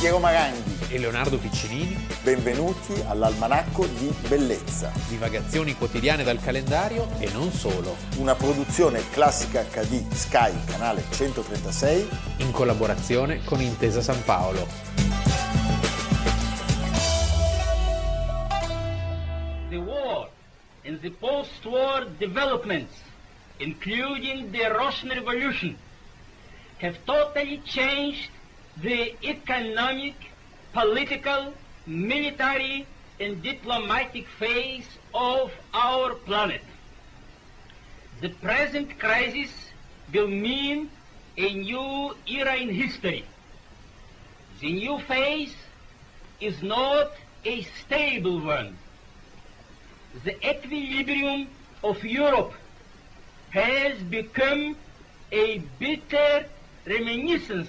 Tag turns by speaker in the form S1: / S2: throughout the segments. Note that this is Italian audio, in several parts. S1: Piero Maranghi.
S2: e Leonardo Piccinini,
S1: Benvenuti all'Almanacco di Bellezza,
S2: divagazioni quotidiane dal calendario e non solo,
S1: una produzione classica HD Sky, canale 136.
S2: in collaborazione con Intesa San Paolo.
S3: the war and the post-war developments, including the Russian Revolution, have totally changed the economic, political, military, and diplomatic phase of our planet. The present crisis will mean a new era in history. The new phase is not a stable one the equilibrium of Europe has become a bitter reminiscence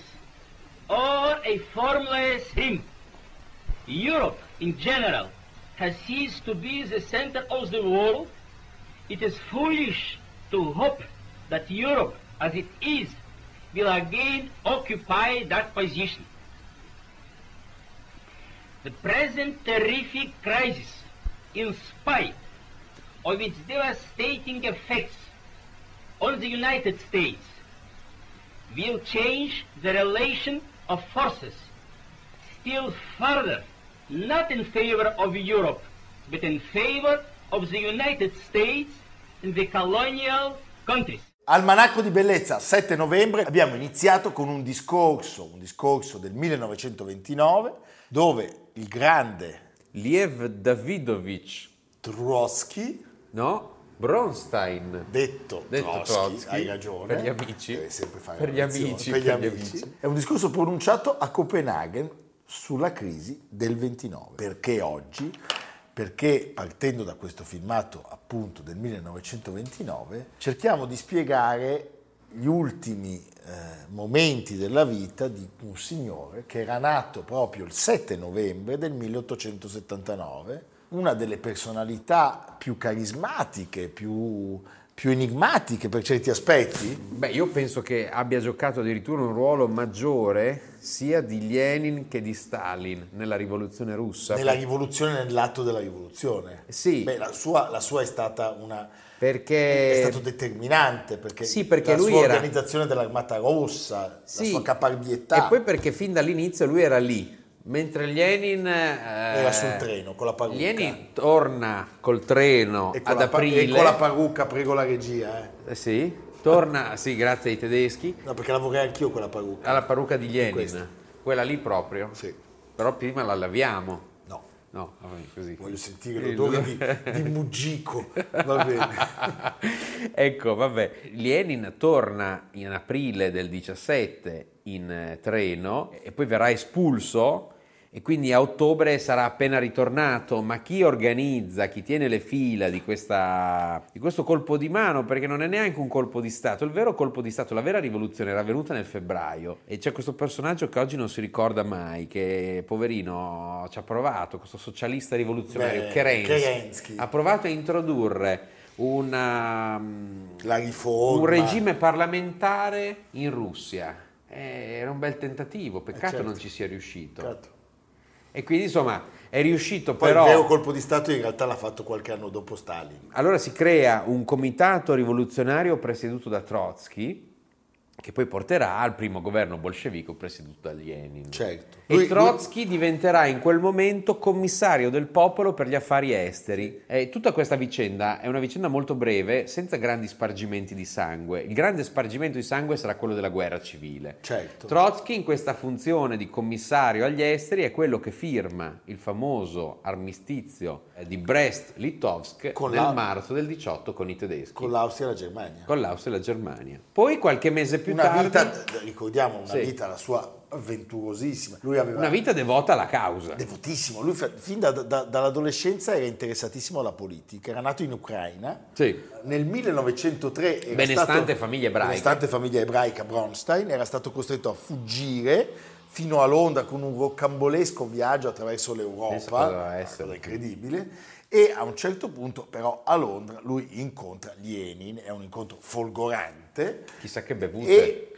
S3: or a formless hymn. Europe in general has ceased to be the center of the world. It is foolish to hope that Europe, as it is, will again occupy that position. The present terrific crisis, in spite of its devastating effects on the United States, will change the relation of forces still further, not in favor of Europe, but in favor of the United States and the colonial countries.
S1: Almanacco di Bellezza, 7 novembre, abbiamo iniziato con un discorso, un discorso del 1929, dove il grande
S2: Liev Davidovich,
S1: Trotsky,
S2: no? Bronstein.
S1: detto,
S2: Detto
S1: Trotsky,
S2: Trotsky,
S1: hai ragione, eh,
S2: per gli amici.
S1: deve sempre fare
S2: Per gli
S1: relazione,
S2: amici,
S1: per gli
S2: per gli
S1: amici.
S2: amici.
S1: è un discorso pronunciato a Copenaghen sulla crisi del 29. Perché oggi? Perché partendo da questo filmato appunto del 1929 cerchiamo di spiegare gli ultimi eh, momenti della vita di un signore che era nato proprio il 7 novembre del 1879, una delle personalità più carismatiche, più, più enigmatiche per certi aspetti,
S4: Beh, io penso che abbia giocato addirittura un ruolo maggiore sia di Lenin che di Stalin nella rivoluzione russa.
S1: Nella rivoluzione, nell'atto della rivoluzione.
S4: Sì.
S1: Beh, la sua, la sua è stata una.
S4: Perché-
S1: È stato determinante perché,
S4: Sì, perché
S1: la
S4: lui
S1: sua
S4: era-
S1: organizzazione dell'Armata Rossa, la
S4: Sì.
S1: sua caparbietà
S4: E poi perché fin dall'inizio lui era lì, mentre Lenin... era
S1: era sul treno con la parrucca.
S4: eh, Lenin torna col treno
S1: E con
S4: ad
S1: la pa-
S4: aprile.
S1: E con la parrucca, prego la regia, eh.
S4: Eh sì, torna, sì, grazie ai tedeschi,
S1: No, perché la vorrei anch'io quella parrucca.
S4: alla parrucca di Lenin,
S1: Questa.
S4: quella lì proprio.
S1: Sì.
S4: Però prima la laviamo.
S1: No,
S4: No, vabbè, così.
S1: voglio sentire
S4: Il-
S1: l'odore di, di Mugico. Va bene.
S4: ecco, vabbè. Lenin torna in aprile del 17 in eh, treno e poi verrà espulso e quindi a ottobre sarà appena ritornato, ma chi organizza, chi tiene le fila di, questa- di questo colpo di mano, perché non è neanche un colpo di Stato, il vero colpo di Stato, la vera rivoluzione era avvenuta nel febbraio e c'è questo personaggio che oggi non si ricorda mai, che poverino ci ha provato, questo socialista rivoluzionario,
S1: Beh,
S4: Kerensky,
S1: Kerensky.
S4: ha provato a introdurre una, mm,
S1: La riforma.
S4: un regime parlamentare in Russia. Eh, Era un bel tentativo, peccato
S1: certo.
S4: non ci sia riuscito.
S1: Certo.
S4: E quindi insomma è riuscito
S1: Poi
S4: però...
S1: il vero colpo di Stato in realtà l'ha fatto qualche anno dopo Stalin.
S4: Allora si crea un comitato rivoluzionario presieduto da Trotsky che poi porterà al primo governo bolscevico presieduto da Lenin.
S1: Certo.
S4: E
S1: Lui-
S4: Trotsky diventerà in quel momento commissario del popolo per gli affari esteri. Eh, tutta questa vicenda è una vicenda molto breve, senza grandi spargimenti di sangue. Il grande spargimento di sangue sarà quello della guerra civile.
S1: Certo.
S4: Trotsky in questa funzione di commissario agli esteri è quello che firma il famoso armistizio eh, di Brest-Litovsk
S1: Con
S4: nel
S1: la-
S4: marzo del 18 con i tedeschi,
S1: Con l'Austria e la Germania.
S4: con l'Austria e la Germania. Poi qualche mese più
S1: una
S4: tardi
S1: vita, ricordiamo, una
S4: Sì.
S1: vita, la sua avventurosissima. Lui aveva
S4: una vita devota alla causa.
S1: devotissimo, lui fa- fin da- da- dall'adolescenza era interessatissimo alla politica, era nato in Ucraina.
S4: Sì.
S1: Nel 1903 era
S4: Benestante
S1: stato-
S4: famiglia ebraica.
S1: Benestante famiglia ebraica Bronstein era stato costretto a fuggire fino a Londra con un rocambolesco viaggio attraverso
S4: Pensa
S1: l'Europa,
S4: cosa doveva
S1: una
S4: essere.
S1: cosa incredibile, e a un certo punto però a Londra lui incontra Lenin, è un incontro folgorante
S4: Chissà che bevute.
S1: e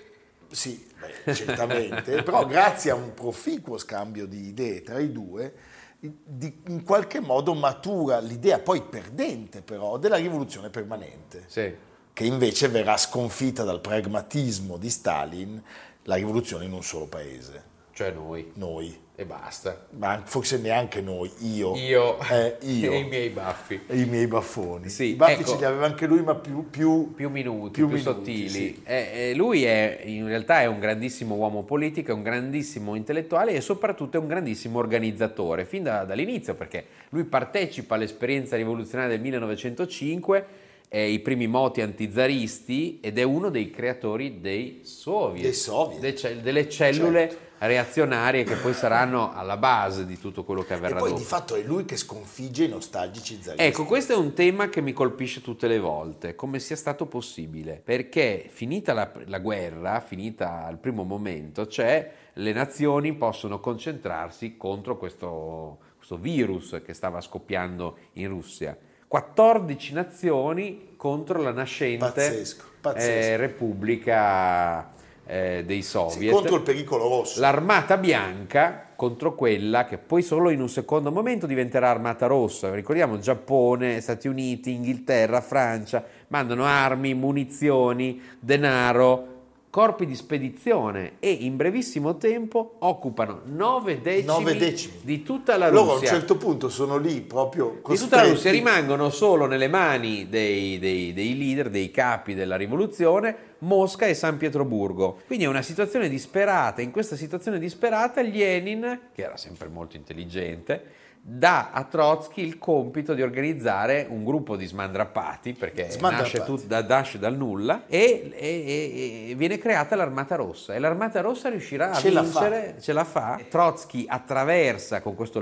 S1: Sì, beh, certamente, però grazie a un proficuo scambio di idee tra i due, di- in qualche modo matura l'idea poi perdente però della rivoluzione permanente,
S4: Sì.
S1: che invece verrà sconfitta dal pragmatismo di Stalin, la rivoluzione in un solo paese,
S4: Cioè noi.
S1: noi,
S4: E basta.
S1: ma forse neanche noi, io,
S4: Io,
S1: Eh, io.
S4: e i miei baffi.
S1: e i miei baffoni.
S4: Sì,
S1: I baffi
S4: ecco.
S1: ce li aveva anche lui, ma più... più-
S4: più minuti,
S1: Più
S4: più,
S1: minuti,
S4: sottili.
S1: sì.
S4: Eh, eh, lui è, in realtà è un grandissimo uomo politico, è un grandissimo intellettuale e soprattutto è un grandissimo organizzatore, fin da- dall'inizio, perché lui partecipa all'esperienza rivoluzionaria del 1905, eh, i primi moti antizaristi ed è uno dei creatori dei soviet,
S1: Dei soviet. Certo.
S4: de- ce- delle cellule reazionarie che poi saranno alla base di tutto quello che
S1: E
S4: avverrà
S1: poi
S4: dopo.
S1: di fatto è lui che sconfigge i nostalgici zaristi.
S4: Ecco, questo è un tema che mi colpisce tutte le volte, come sia stato possibile, perché finita la, la guerra, finita al primo momento, cioè le nazioni possono concentrarsi contro questo, questo virus che stava scoppiando in Russia. 14 nazioni contro la nascente
S1: Pazzesco, pazzesco.
S4: eh, Repubblica eh, dei
S1: Sì,
S4: Soviet.
S1: contro il pericolo rosso.
S4: L'armata bianca contro quella che poi solo in un secondo momento diventerà armata rossa. Ricordiamo Giappone, Stati Uniti, Inghilterra, Francia, mandano armi, munizioni, denaro, corpi di spedizione e in brevissimo tempo occupano nove decimi,
S1: Nove decimi.
S4: di tutta la
S1: Loro a un
S4: Russia.
S1: certo punto sono lì proprio
S4: Di tutta la Russia
S1: costretti.
S4: rimangono solo nelle mani dei, dei- dei leader, dei capi della rivoluzione, Mosca e San Pietroburgo. Quindi è una situazione disperata. In questa situazione disperata, Lenin, che era sempre molto intelligente, dà a Trotsky il compito di organizzare un gruppo di smandrappati, perché
S1: Smandrappati.
S4: nasce, tut- da- nasce dal nulla, e, e- e- e viene creata l'Armata Rossa. E l'Armata Rossa riuscirà a
S1: Ce la fa.
S4: vincere ce la fa. Trotsky attraversa con questo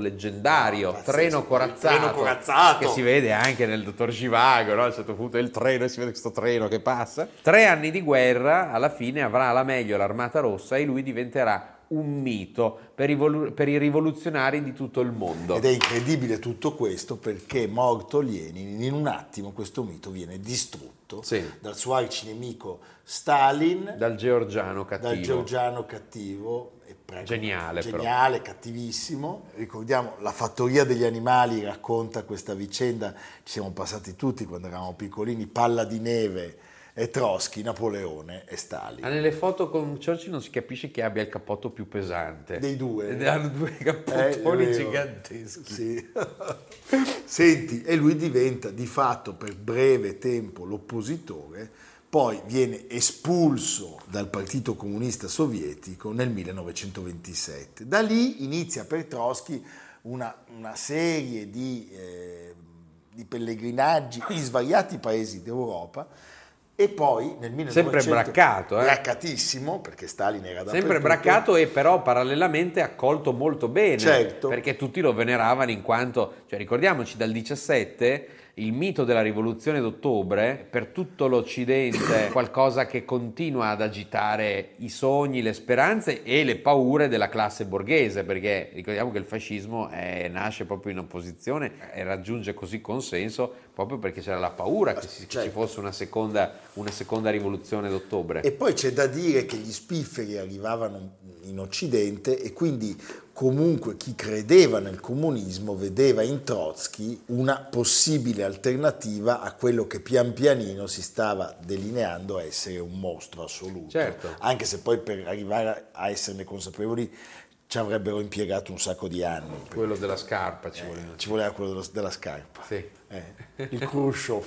S1: No,
S4: leggendario
S1: Ah, pazzesco,
S4: treno,
S1: il
S4: corazzato,
S1: treno corazzato.
S4: che si vede anche nel dottor Givago, no? a un certo punto è il treno e si vede questo treno che passa. Tre anni di guerra, alla fine avrà alla meglio l'armata rossa e lui diventerà un mito per i, volu- per i rivoluzionari di tutto il mondo.
S1: Ed è incredibile tutto questo perché morto Lenin, in un attimo questo mito viene distrutto
S4: Sì.
S1: dal suo arcinemico Stalin,
S4: Dal georgiano cattivo.
S1: dal georgiano cattivo, e prego-
S4: Geniale, però.
S1: geniale, cattivissimo. Ricordiamo, la fattoria degli animali racconta questa vicenda, ci siamo passati tutti quando eravamo piccolini, Palla di neve e Trotsky, Napoleone e Stalin.
S4: Ah, nelle foto con Churchill non si capisce chi abbia il cappotto più pesante.
S1: Dei due.
S4: Ed Hanno due
S1: Eh,
S4: cappottoni
S1: vero.
S4: giganteschi.
S1: Sì. Senti, e lui diventa di fatto per breve tempo l'oppositore, poi viene espulso dal Partito Comunista Sovietico nel 1927. Da lì inizia per Trotsky una, una serie di, eh, di pellegrinaggi in svariati paesi d'Europa. E poi nel 1900
S4: Sempre braccato, eh?
S1: braccatissimo, perché Stalin era da
S4: Sempre braccato e però parallelamente accolto molto bene,
S1: Certo.
S4: perché tutti lo veneravano in quanto, cioè ricordiamoci dal 17 il mito della rivoluzione d'ottobre per tutto l'Occidente è qualcosa che continua ad agitare i sogni, le speranze e le paure della classe borghese, perché ricordiamo che il fascismo eh, nasce proprio in opposizione e raggiunge così consenso proprio perché c'era la paura che, si- che
S1: Certo.
S4: ci fosse una seconda, una seconda rivoluzione d'ottobre.
S1: E poi c'è da dire che gli spifferi arrivavano in Occidente e quindi comunque chi credeva nel comunismo vedeva in Trotsky una possibile alternativa a quello che pian pianino si stava delineando essere un mostro assoluto.
S4: Certo.
S1: Anche se poi per arrivare a esserne consapevoli ci avrebbero impiegato un sacco di anni.
S4: Quello della scarpa ci voleva.
S1: Ci voleva quello dello- della scarpa.
S4: Sì.
S1: Eh, il Khrushchev.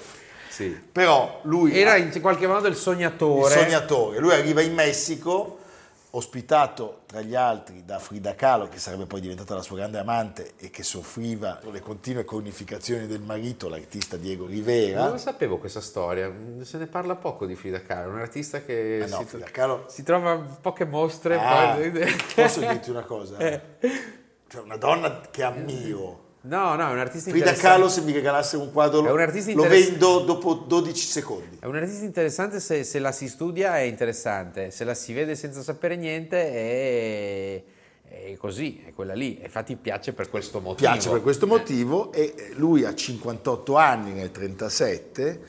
S4: Sì.
S1: Però lui
S4: Era in qualche modo il sognatore.
S1: Il sognatore. Lui arriva in Messico, ospitato tra gli altri da Frida Kahlo, che sarebbe poi diventata la sua grande amante e che soffriva le continue cornificazioni del marito, l'artista Diego
S4: Non
S1: Rivera. Ah,
S4: la sapevo questa storia, se ne parla poco di Frida Kahlo, è un artista che
S1: Ah, no,
S4: si,
S1: Frida Kahlo-
S4: si trova in poche mostre.
S1: Ah,
S4: poi-
S1: posso dirti una cosa?
S4: Eh.
S1: Cioè, una donna che ammiro.
S4: No, no, è un artista
S1: Frida
S4: interessante.
S1: Kahlo, se mi regalasse un quadro,
S4: È un artista
S1: lo
S4: interess-
S1: vendo dopo 12 secondi.
S4: È un artista interessante, se, se la si studia è interessante, se la si vede senza sapere niente è, è così, è quella lì. E Infatti piace per questo motivo.
S1: piace per questo motivo e lui a 58 anni nel 37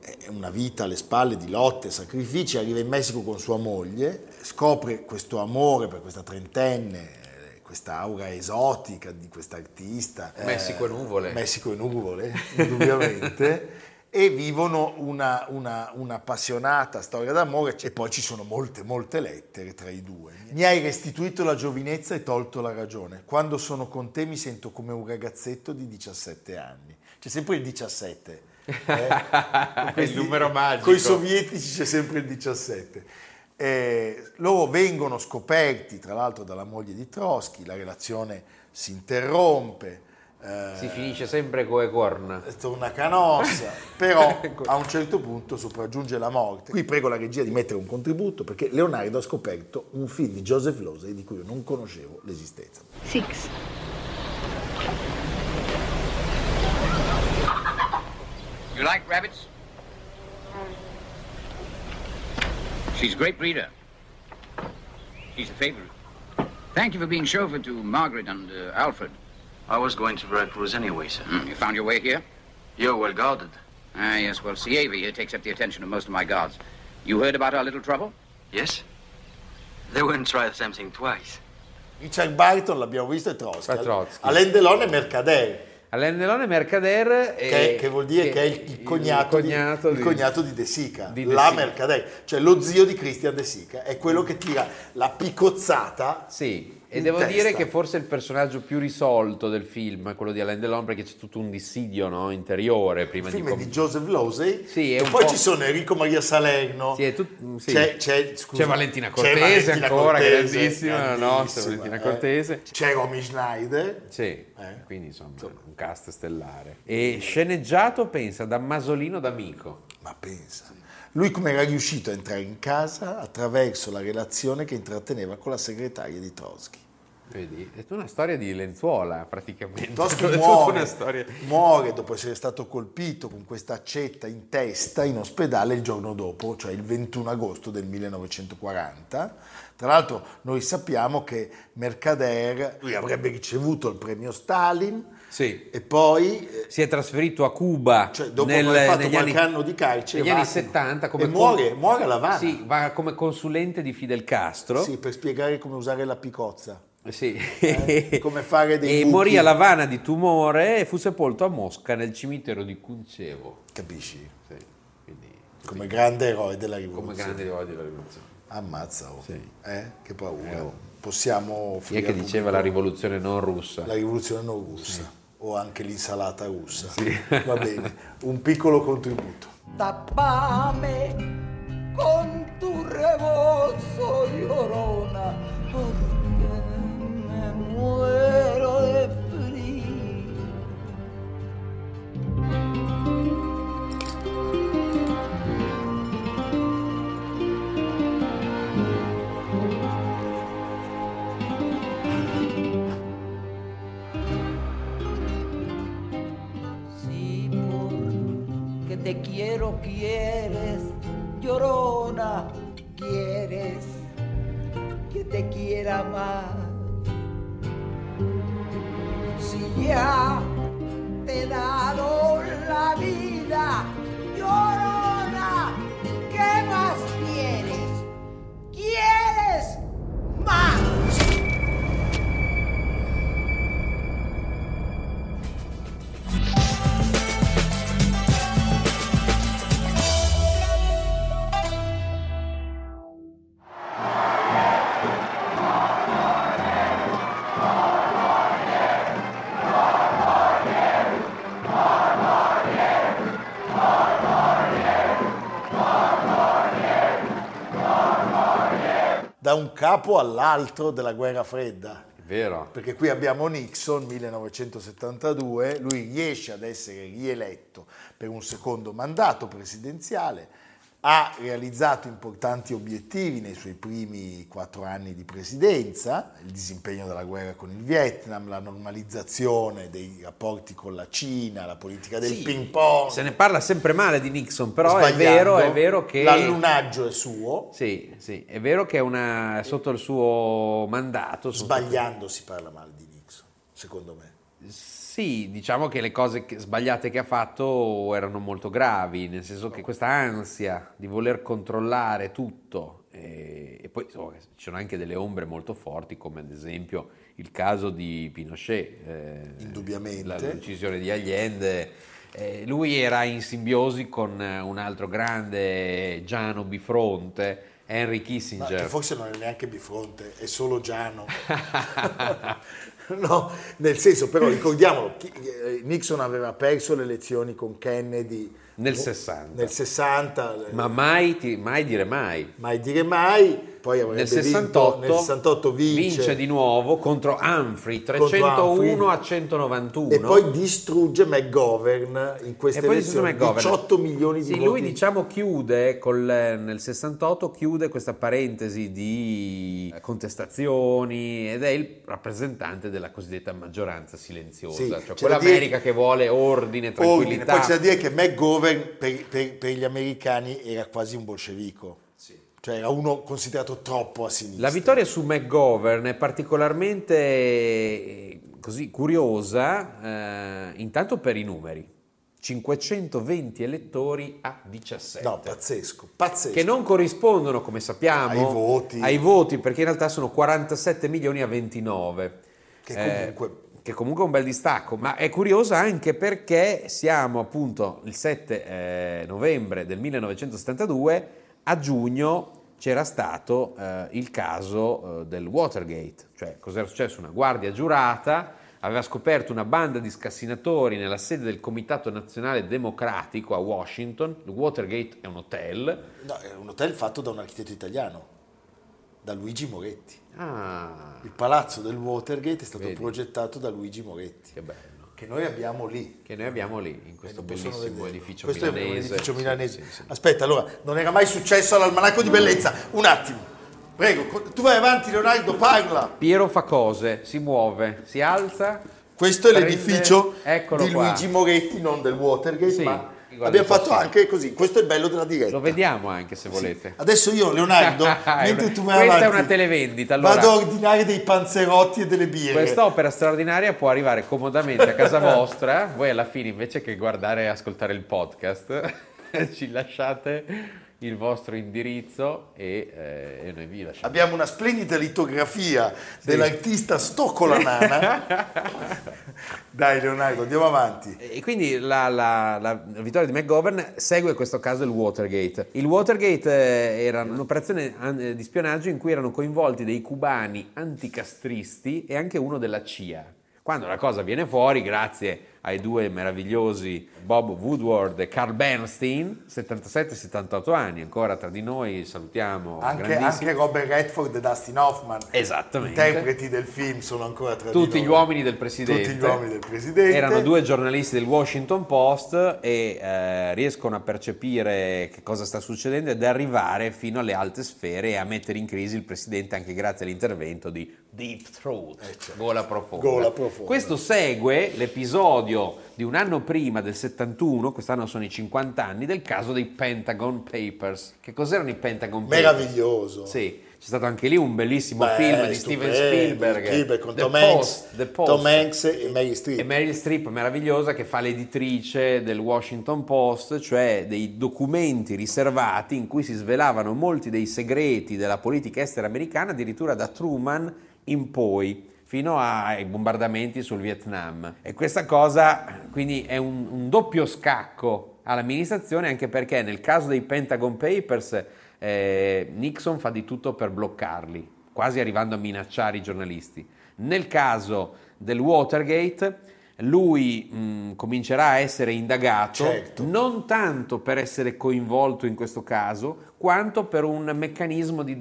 S1: eh, una vita alle spalle di lotte, sacrifici, arriva in Messico con sua moglie, scopre questo amore per questa trentenne, eh, questa aura esotica di questa artista.
S4: Messico e nuvole.
S1: Messico e nuvole, indubbiamente. E vivono una, una- una appassionata storia d'amore e poi ci sono molte, molte lettere tra i due. Mi hai restituito la giovinezza e tolto la ragione. Quando sono con te mi sento come un ragazzetto di 17 anni. C'è sempre il 17.
S4: Il numero magico.
S1: Con i sovietici c'è sempre il 17. Eh, loro vengono scoperti, tra l'altro, dalla moglie di Trotsky, la relazione si interrompe. eh,
S4: Si finisce sempre con corna.
S1: torna canossa, però
S4: Ecco.
S1: a un certo punto sopraggiunge la morte. Qui prego la regia di mettere un contributo perché Leonardo ha scoperto un film di Joseph Losey di cui io non conoscevo l'esistenza.
S5: six,
S6: You like rabbits? She's a great breeder. She's a favorite. Thank you for being chauffeur to Margaret and uh, Alfred.
S7: I was going to Veracruz anyway, sir.
S6: Hmm, you found your way here?
S7: You're well guarded.
S6: Ah, yes, well, Sieva here takes up the attention of most of my guards. You heard about our little trouble?
S7: Yes? They wouldn't try the same thing twice.
S1: Richard Barton l'abbiamo visto è Trotsky.
S4: È Trotsky.
S1: Alain Delon è Mercader,
S4: Alain Delon è Mercader. eh,
S1: che, che vuol dire che è il, il cognato,
S4: il cognato
S1: di, il cognato di De Sica,
S4: di De
S1: la
S4: Sica.
S1: Mercader, cioè lo zio di Christian De Sica, è quello che tira la piccozzata.
S4: Sì, e
S1: in
S4: devo dire
S1: testa.
S4: che forse il personaggio più risolto del film è quello di Alain Delon perché c'è tutto un dissidio no, interiore prima
S1: Il
S4: di...
S1: film è
S4: com-
S1: di Joseph Losey
S4: Sì, è
S1: e
S4: un
S1: poi
S4: po'-
S1: ci sono Enrico Maria Salerno
S4: Sì, è tut- mm, sì.
S1: c'è, c'è, scusa,
S4: C'è Valentina
S1: c'è
S4: Cortese
S1: Valentina
S4: ancora,
S1: Cortese,
S4: grandissima, la nostra
S1: grandissima,
S4: Valentina
S1: eh.
S4: Cortese.
S1: c'è Romy Schneider
S4: Sì,
S1: Eh.
S4: quindi insomma, un cast stellare. E sceneggiato, pensa, da Masolino d'amico.
S1: ma pensa lui come era riuscito a entrare in casa attraverso la relazione che intratteneva con la segretaria di Trotsky
S4: Vedi? È tutta una storia di lenzuola praticamente.
S1: Trotsky
S4: È tutta una
S1: muore,
S4: storia.
S1: muore dopo essere stato colpito con questa accetta in testa in ospedale il giorno dopo, cioè il 21 agosto del 1940. Tra l'altro noi sappiamo che Mercader lui avrebbe ricevuto il premio Stalin
S4: Sì.
S1: e poi eh,
S4: Si è trasferito a Cuba
S1: cioè, dopo
S4: nel,
S1: aver fatto
S4: negli
S1: qualche
S4: anni,
S1: anno di carcere
S4: negli
S1: va
S4: anni
S1: a Cuba.
S4: 70 come
S1: e muore, muore alla Havana
S4: Sì, va come consulente di Fidel Castro.
S1: Sì, per spiegare come usare la picozza.
S4: Sì.
S1: Eh, come fare dei
S4: e
S1: buchi.
S4: morì a Lavana di tumore e fu sepolto a Mosca nel cimitero di Cuncevo.
S1: Capisci?
S4: Sì, quindi
S1: Come grande eroe della
S4: come
S1: rivoluzione.
S4: grande eroe della rivoluzione.
S1: Ammazza, oh. Eh? Che paura. oh. Possiamo
S4: Chi è
S1: offrire
S4: che
S1: al
S4: diceva la rivoluzione non russa?
S1: pubblico la rivoluzione non russa o anche l'insalata russa. Va bene, un piccolo contributo.
S8: Tapame con tu rebozo llorona, porque me muero de frío. Sí, porque te quiero, quieres, llorona, quieres que te quiera más. Si ya te he dado la vida, llorona, ¿qué más quieres? ¿Quieres más?
S1: Da un capo all'altro della guerra fredda.
S4: È vero.
S1: Perché qui abbiamo Nixon, 1972, lui riesce ad essere rieletto per un secondo mandato presidenziale, ha realizzato importanti obiettivi nei suoi primi quattro anni di presidenza, il disimpegno della guerra con il Vietnam, la normalizzazione dei rapporti con la Cina, la politica del
S4: Sì,
S1: ping pong.
S4: Se ne parla sempre male di Nixon, però è
S1: sbagliando.
S4: vero, è vero che...
S1: L'allunaggio è suo,
S4: Sì, sì, è vero che è una, sotto il suo mandato... sono
S1: sbagliando si parla male di Nixon, secondo me.
S4: stati-
S2: Sì, diciamo che le cose che- sbagliate che ha fatto erano molto gravi, nel senso che questa ansia di voler controllare tutto, eh, e poi insomma, ci sono anche delle ombre molto forti, come ad esempio il caso di Pinochet, eh,
S1: Indubbiamente.
S2: la decisione di Allende. Eh, lui era in simbiosi con eh, un altro grande Giano Bifronte, Henry
S1: Ma che
S2: Kissinger.
S1: forse non è neanche Bifronte, è solo Giano. no, nel senso, però ricordiamolo, chi- eh, Nixon aveva perso le elezioni con Kennedy
S2: Nel
S1: mo-
S2: 60.
S1: Nel 60, eh,
S2: Ma mai, ti- mai dire mai.
S1: mai dire mai, poi avrebbe
S2: Nel
S1: vinto,
S2: 68,
S1: nel 68 vince,
S2: di nuovo contro Humphrey
S1: Contro
S2: 301
S1: Humphrey.
S2: a 191
S1: e poi distrugge McGovern in
S2: E
S1: queste
S2: poi
S1: elezioni,
S2: Susan McGovern.
S1: 18 milioni di
S2: sì,
S1: voti.
S2: lui diciamo chiude col, nel 68 chiude questa parentesi di contestazioni ed è il rappresentante della cosiddetta maggioranza silenziosa,
S1: Sì, c'è
S2: cioè
S1: da
S2: quell'America
S1: dire-
S2: che vuole ordine,
S1: Ordine.
S2: tranquillità.
S1: Poi c'è da dire che McGovern per, per- per gli americani era quasi un bolscevico, cioè era uno considerato troppo a sinistra.
S2: La vittoria su McGovern è particolarmente eh, così curiosa, eh, intanto per i numeri. 520 elettori a 17.
S1: No, pazzesco, pazzesco.
S2: che non corrispondono, come sappiamo,
S1: Ai voti.
S2: ai voti, perché in realtà sono 47 milioni a 29.
S1: Che
S2: Eh,
S1: comunque-
S2: che comunque è un bel distacco, ma è curiosa anche perché siamo appunto il 7 eh, novembre del 1972, a giugno c'era stato eh, il caso eh, del Watergate, cioè cos'era successo? Una guardia giurata aveva scoperto una banda di scassinatori nella sede del Comitato Nazionale Democratico a Washington, il Watergate è un hotel,
S1: No, era un hotel fatto da un architetto italiano, da Luigi Moretti.
S2: Ah,
S1: Il palazzo del Watergate è stato progettato da Luigi Moretti,
S2: che bello.
S1: che noi abbiamo lì.
S2: Che noi abbiamo lì, in
S1: Eh,
S2: questo
S1: non possono
S2: bellissimo
S1: vederlo.
S2: edificio
S1: Questo è un
S2: milanese.
S1: edificio
S2: Sì,
S1: milanese.
S2: sì, sì.
S1: Aspetta, allora, non era mai successo all'almanacco di bellezza. Un attimo. Prego, co- tu vai avanti Leonardo, parla.
S2: Piero fa cose, si muove, si alza.
S1: Questo è
S2: prende-
S1: l'edificio
S2: Eccolo
S1: di
S2: qua.
S1: Luigi Moretti, non del Watergate,
S2: Sì,
S1: ma
S2: guarda,
S1: abbiamo
S2: posso-
S1: fatto anche così. Questo è il bello della diretta.
S2: Lo vediamo anche se volete.
S1: Adesso io, Leonardo, mentre tu vai
S2: Questa è
S1: avanti,
S2: una televendita, allora.
S1: Vado a ordinare dei panzerotti e delle birre.
S2: Questa opera straordinaria può arrivare comodamente a casa vostra. Voi alla fine, invece che guardare e ascoltare il podcast, ci lasciate il vostro indirizzo e, eh, e noi vi lasciamo.
S1: Abbiamo una splendida litografia dell'artista Stoccolanana. Dai, Leonardo, andiamo avanti.
S2: E quindi la, la- la vittoria di McGovern segue questo caso del Watergate. Il Watergate eh, era un'operazione an- eh, di spionaggio in cui erano coinvolti dei cubani anticastristi e anche uno della CIA. Quando la cosa viene fuori, grazie ai due meravigliosi Bob Woodward e Carl Bernstein, 77-78 anni, ancora tra di noi, salutiamo.
S1: Anche,
S2: grandissimi-
S1: anche Robert Redford e Dustin Hoffman,
S2: Esattamente.
S1: interpreti del film, sono ancora tra di
S2: Tutti
S1: noi.
S2: gli uomini del presidente.
S1: Tutti gli uomini del presidente.
S2: Erano due giornalisti del Washington Post e eh, riescono a percepire che cosa sta succedendo ed arrivare fino alle alte sfere e a mettere in crisi il presidente anche grazie all'intervento di Deep Throat, gola, profonda.
S1: Eh, certo. Gola profonda.
S2: Questo segue l'episodio di un anno prima del 71, quest'anno sono i 50 anni, del caso dei Pentagon Papers. Che cos'erano i Pentagon Papers?
S1: Meraviglioso.
S2: Sì, c'è stato anche lì un bellissimo
S1: Beh,
S2: film di
S1: stupendo,
S2: Steven Spielberg,
S1: con
S2: The
S1: Tom Hanks,
S2: Post, The Post.
S1: Tom Hanks e Mary Streep.
S2: E Meryl Streep, meravigliosa, che fa l'editrice del Washington Post, cioè dei documenti riservati in cui si svelavano molti dei segreti della politica estera americana, addirittura da Truman in poi, fino ai bombardamenti sul Vietnam. E questa cosa quindi è un, un doppio scacco all'amministrazione, anche perché nel caso dei Pentagon Papers eh, Nixon fa di tutto per bloccarli, quasi arrivando a minacciare i giornalisti. Nel caso del Watergate, lui mh, comincerà a essere indagato
S1: Certo.
S2: non tanto per essere coinvolto in questo caso, quanto per un meccanismo di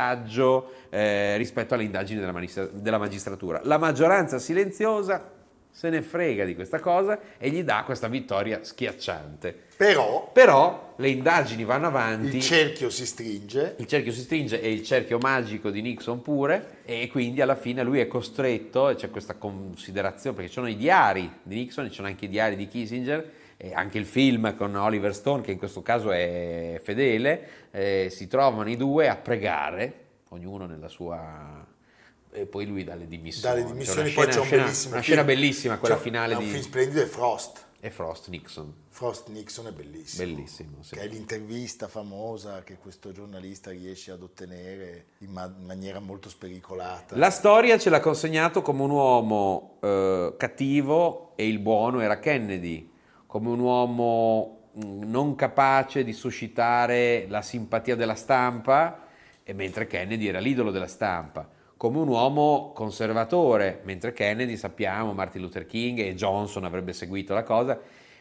S2: depistaggio eh, rispetto alle indagini della, manis- della magistratura. La maggioranza silenziosa se ne frega di questa cosa e gli dà questa vittoria schiacciante.
S1: Però
S2: Però le indagini vanno avanti.
S1: il cerchio si stringe.
S2: Il cerchio si stringe e il cerchio magico di Nixon pure e quindi alla fine lui è costretto, e c'è questa considerazione, perché ci sono i diari di Nixon, ci sono anche i diari di Kissinger, e anche il film con Oliver Stone, che in questo caso è fedele, eh, si trovano i due a pregare, ognuno nella sua E poi lui dalle dimissioni.
S1: Dalle
S2: C'è
S1: dimissioni
S2: una
S1: poi
S2: scena-
S1: c'è un
S2: scena-
S1: bellissimo film.
S2: Una scena bellissima, quella
S1: C'è-
S2: finale
S1: è un
S2: di...
S1: film splendido è Frost.
S2: E Frost Nixon.
S1: Frost Nixon è bellissimo.
S2: Bellissimo, sì.
S1: Che è l'intervista famosa che questo giornalista riesce ad ottenere in, ma- in maniera molto spericolata.
S2: La storia ce l'ha consegnato come un uomo eh, cattivo e il buono era Kennedy, come un uomo mh, non capace di suscitare la simpatia della stampa, e mentre Kennedy era l'idolo della stampa, come un uomo conservatore, mentre Kennedy, sappiamo, Martin Luther King e Johnson avrebbe seguito la cosa.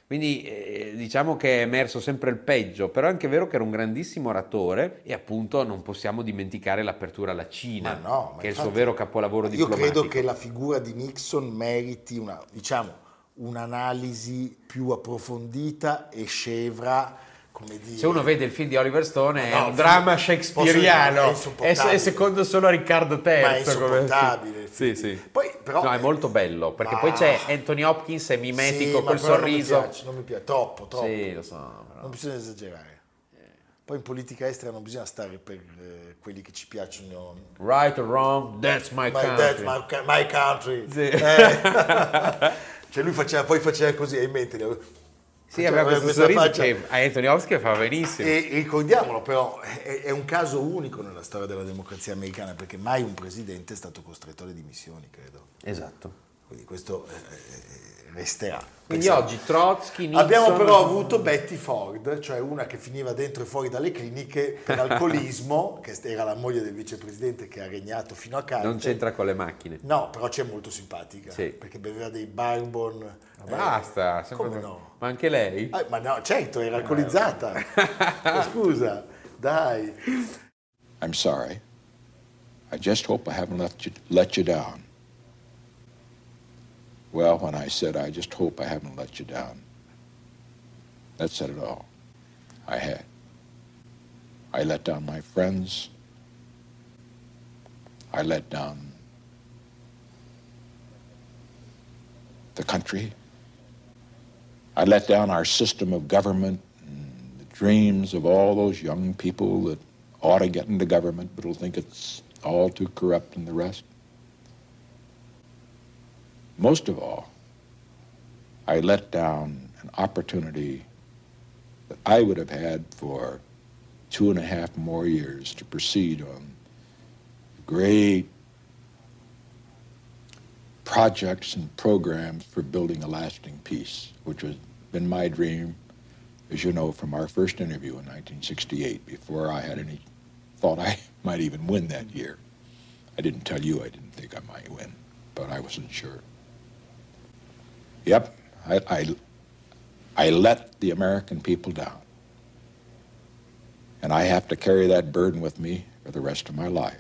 S2: Quindi eh, diciamo che è emerso sempre il peggio, però è anche vero che era un grandissimo oratore e appunto non possiamo dimenticare l'apertura alla Cina,
S1: Ma no, ma
S2: che è il suo
S1: infatti-
S2: vero capolavoro
S1: Io
S2: diplomatico.
S1: credo che la figura di Nixon meriti una, diciamo, un'analisi più approfondita e scevra, come dire...
S2: Se uno vede il film di Oliver Stone
S1: Ma
S2: è
S1: no,
S2: un dramma
S1: posso dire, è
S2: shakespeariano, è,
S1: insopportabile.
S2: è secondo solo a Riccardo III.
S1: Ma è
S2: come-
S1: insopportabile.
S2: Sì, sì.
S1: Poi, però,
S2: no, è molto bello, perché
S1: Ma-
S2: poi c'è Anthony Hopkins, è mimetico,
S1: Sì, ma
S2: col
S1: però Non mi
S2: sorriso.
S1: piace, non mi piace, troppo, troppo.
S2: Sì, lo so. però-
S1: Non bisogna esagerare. Poi in politica estera non bisogna stare per eh, quelli che ci piacciono.
S2: Right or wrong, that's my,
S1: My,
S2: country.
S1: dad, my, ca- my country.
S2: Sì.
S1: Eh. cioè lui faceva, poi faceva così, hai in mente.
S2: Sì,
S1: faceva
S2: aveva questo sorriso che a Anthony Hopkins fa benissimo.
S1: E ricordiamolo però, è, è un caso unico nella storia della democrazia americana perché mai un presidente è stato costretto alle dimissioni, credo.
S2: Esatto.
S1: Quindi questo eh, eh, resterà.
S2: Quindi
S1: Pensiamo-
S2: oggi Trotsky, Nixon...
S1: Abbiamo però avuto Betty Ford, cioè una che finiva dentro e fuori dalle cliniche per alcolismo, che era la moglie del vicepresidente che ha regnato fino a Carter.
S2: Non c'entra con le macchine.
S1: No, però c'è molto simpatica,
S2: Sì.
S1: perché beveva dei bourbon.
S2: Ma
S1: eh,
S2: Basta. sempre-
S1: Come no?
S2: Ma anche lei?
S1: Ah, ma no, certo, era alcolizzata. Ma Scusa, dai.
S5: I'm sorry. I just hope I haven't let you, let you down. Well, when I said I just hope I haven't let you down, that said it all. I had. I let down my friends. I let down the country. I let down our system of government and the dreams of all those young people that ought to get into government but will think it's all too corrupt and the rest. Most of all, I let down an opportunity that I would have had for two and a half more years to proceed on great projects and programs for building a lasting peace, which has been my dream, as you know, from our first interview in 1968, before I had any thought I might even win that year. I didn't tell you I didn't think I might win, but I wasn't sure. Yep, I, I, I let the American people down. And I have to carry that burden with me for the rest of my life.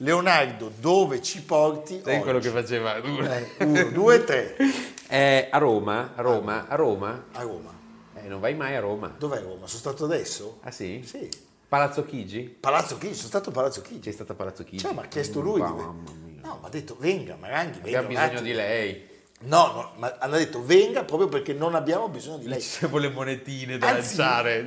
S1: Leonardo, dove ci porti
S2: Sai
S1: oggi?
S2: quello che faceva?
S1: Eh, uno, due, tre.
S2: Eh, a Roma, a Roma, a Roma.
S1: A Roma.
S2: Eh, non vai mai a Roma.
S1: Dov'è Roma? Sono stato adesso?
S2: Ah sì?
S1: Sì.
S2: Palazzo Chigi?
S1: Palazzo Chigi, sono stato a Palazzo Chigi.
S2: C'è stata Palazzo Chigi.
S1: Cioè, mi ha chiesto lui.
S2: Ma
S1: di-
S2: Mamma mia.
S1: No, mi ha detto venga, Maranghi, venga.
S2: Abbiamo
S1: un
S2: bisogno
S1: attimo.
S2: di lei.
S1: No, no, ma hanno detto venga proprio perché non abbiamo bisogno di lei.
S2: C'erano le monetine
S1: Anzi,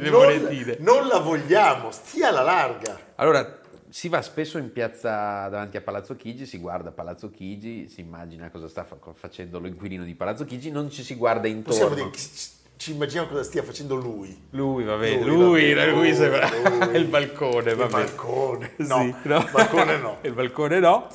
S1: non, non la vogliamo, stia alla larga.
S2: Allora, si va spesso in piazza davanti a Palazzo Chigi, si guarda Palazzo Chigi, si immagina cosa sta fa- facendo l'inquilino di Palazzo Chigi, non ci si guarda
S1: Possiamo
S2: intorno.
S1: dire che ci- ci immaginiamo cosa stia facendo lui.
S2: Lui, vabbè,
S1: Lui,
S2: lui,
S1: vabbè,
S2: lui,
S1: lui,
S2: sembra
S1: lui.
S2: il balcone,
S1: Il
S2: vabbè.
S1: balcone. No,
S2: Sì, no.
S1: il balcone no.
S2: il balcone no.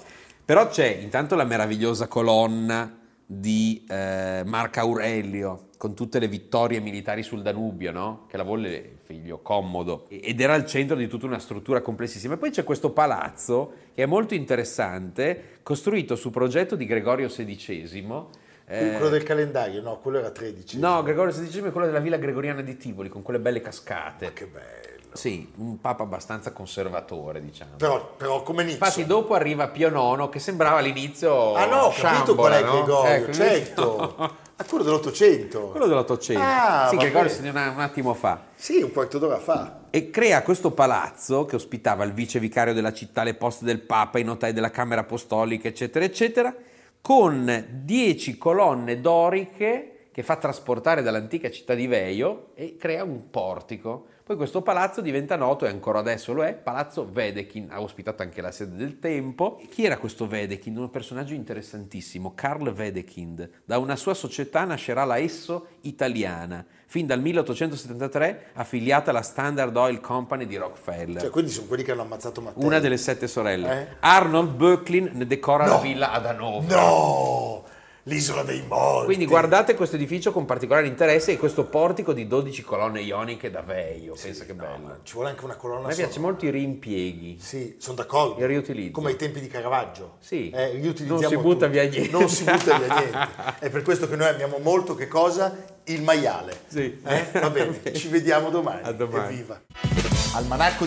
S2: Però c'è intanto la meravigliosa colonna di eh, Marco Aurelio con tutte le vittorie militari sul Danubio, no? che la volle il figlio Commodo, E- ed era al centro di tutta una struttura complessissima. E poi c'è questo palazzo che è molto interessante, costruito su progetto di Gregorio XVI. eh,
S1: Quello del calendario, no, quello era 13.
S2: no, Gregorio XVI è quello della villa gregoriana di Tivoli, con quelle belle cascate.
S1: Ah, Che bello.
S2: Sì, un papa abbastanza conservatore, diciamo.
S1: Però, però come Nixon.
S2: Infatti, dopo arriva Pio IX, che sembrava all'inizio.
S1: ah no, ho capito
S2: sciambola,
S1: qual è
S2: no?
S1: Gregorio,
S2: Ecco, invece-
S1: certo. Ah, quello dell'Ottocento.
S2: Quello dell'Ottocento.
S1: Ah,
S2: sì,
S1: vabbè.
S2: Gregorio se ne un, un attimo fa.
S1: Sì, un quarto d'ora fa.
S2: E crea questo palazzo che ospitava il vice vicario della città, le poste del Papa, i notai della Camera Apostolica, eccetera, eccetera, con dieci colonne doriche che fa trasportare dall'antica città di Veio e crea un portico. Poi questo palazzo diventa noto e ancora adesso lo è, Palazzo Wedekind, ha ospitato anche la sede del tempo. Chi era questo Wedekind? Un personaggio interessantissimo, Karl Wedekind. Da una sua società nascerà la Esso Italiana, fin dal 1873 affiliata alla Standard Oil Company di Rockefeller.
S1: Cioè, quindi sono quelli che hanno ammazzato Matteo.
S2: Eh. una delle sette sorelle.
S1: Eh?
S2: Arnold Böcklin ne decora la
S1: No.
S2: villa ad Hannover.
S1: No! L'isola dei morti.
S2: Quindi guardate questo edificio con particolare interesse e questo portico di 12 colonne ioniche da veio. Pensa che bello. A
S1: Ci vuole anche una colonna
S2: me piace
S1: sonora.
S2: molto i rimpieghi.
S1: Sì, sono d'accordo.
S2: Il riutilizzo.
S1: Come ai tempi di Caravaggio.
S2: Sì.
S1: Eh, riutilizziamo
S2: Non si butta
S1: tutto.
S2: via niente.
S1: Non si butta via niente. È per questo che noi amiamo molto che cosa? Il maiale.
S2: Sì.
S1: Eh? Va bene, ci vediamo domani.
S2: A domani.
S1: Evviva.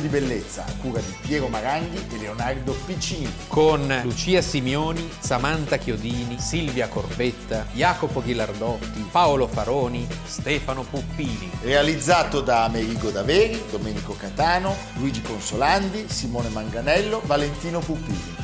S1: di bellezza a cura di Piero Maranghi e Leonardo Piccini.
S9: Con Lucia Simioni, Samantha Chiodini, Silvia Corbetta, Jacopo Ghilardotti, Paolo Faroni, Stefano Puppini.
S1: Realizzato da Amerigo Daveri, Domenico Catano, Luigi Consolandi, Simone Manganello, Valentino Pupini.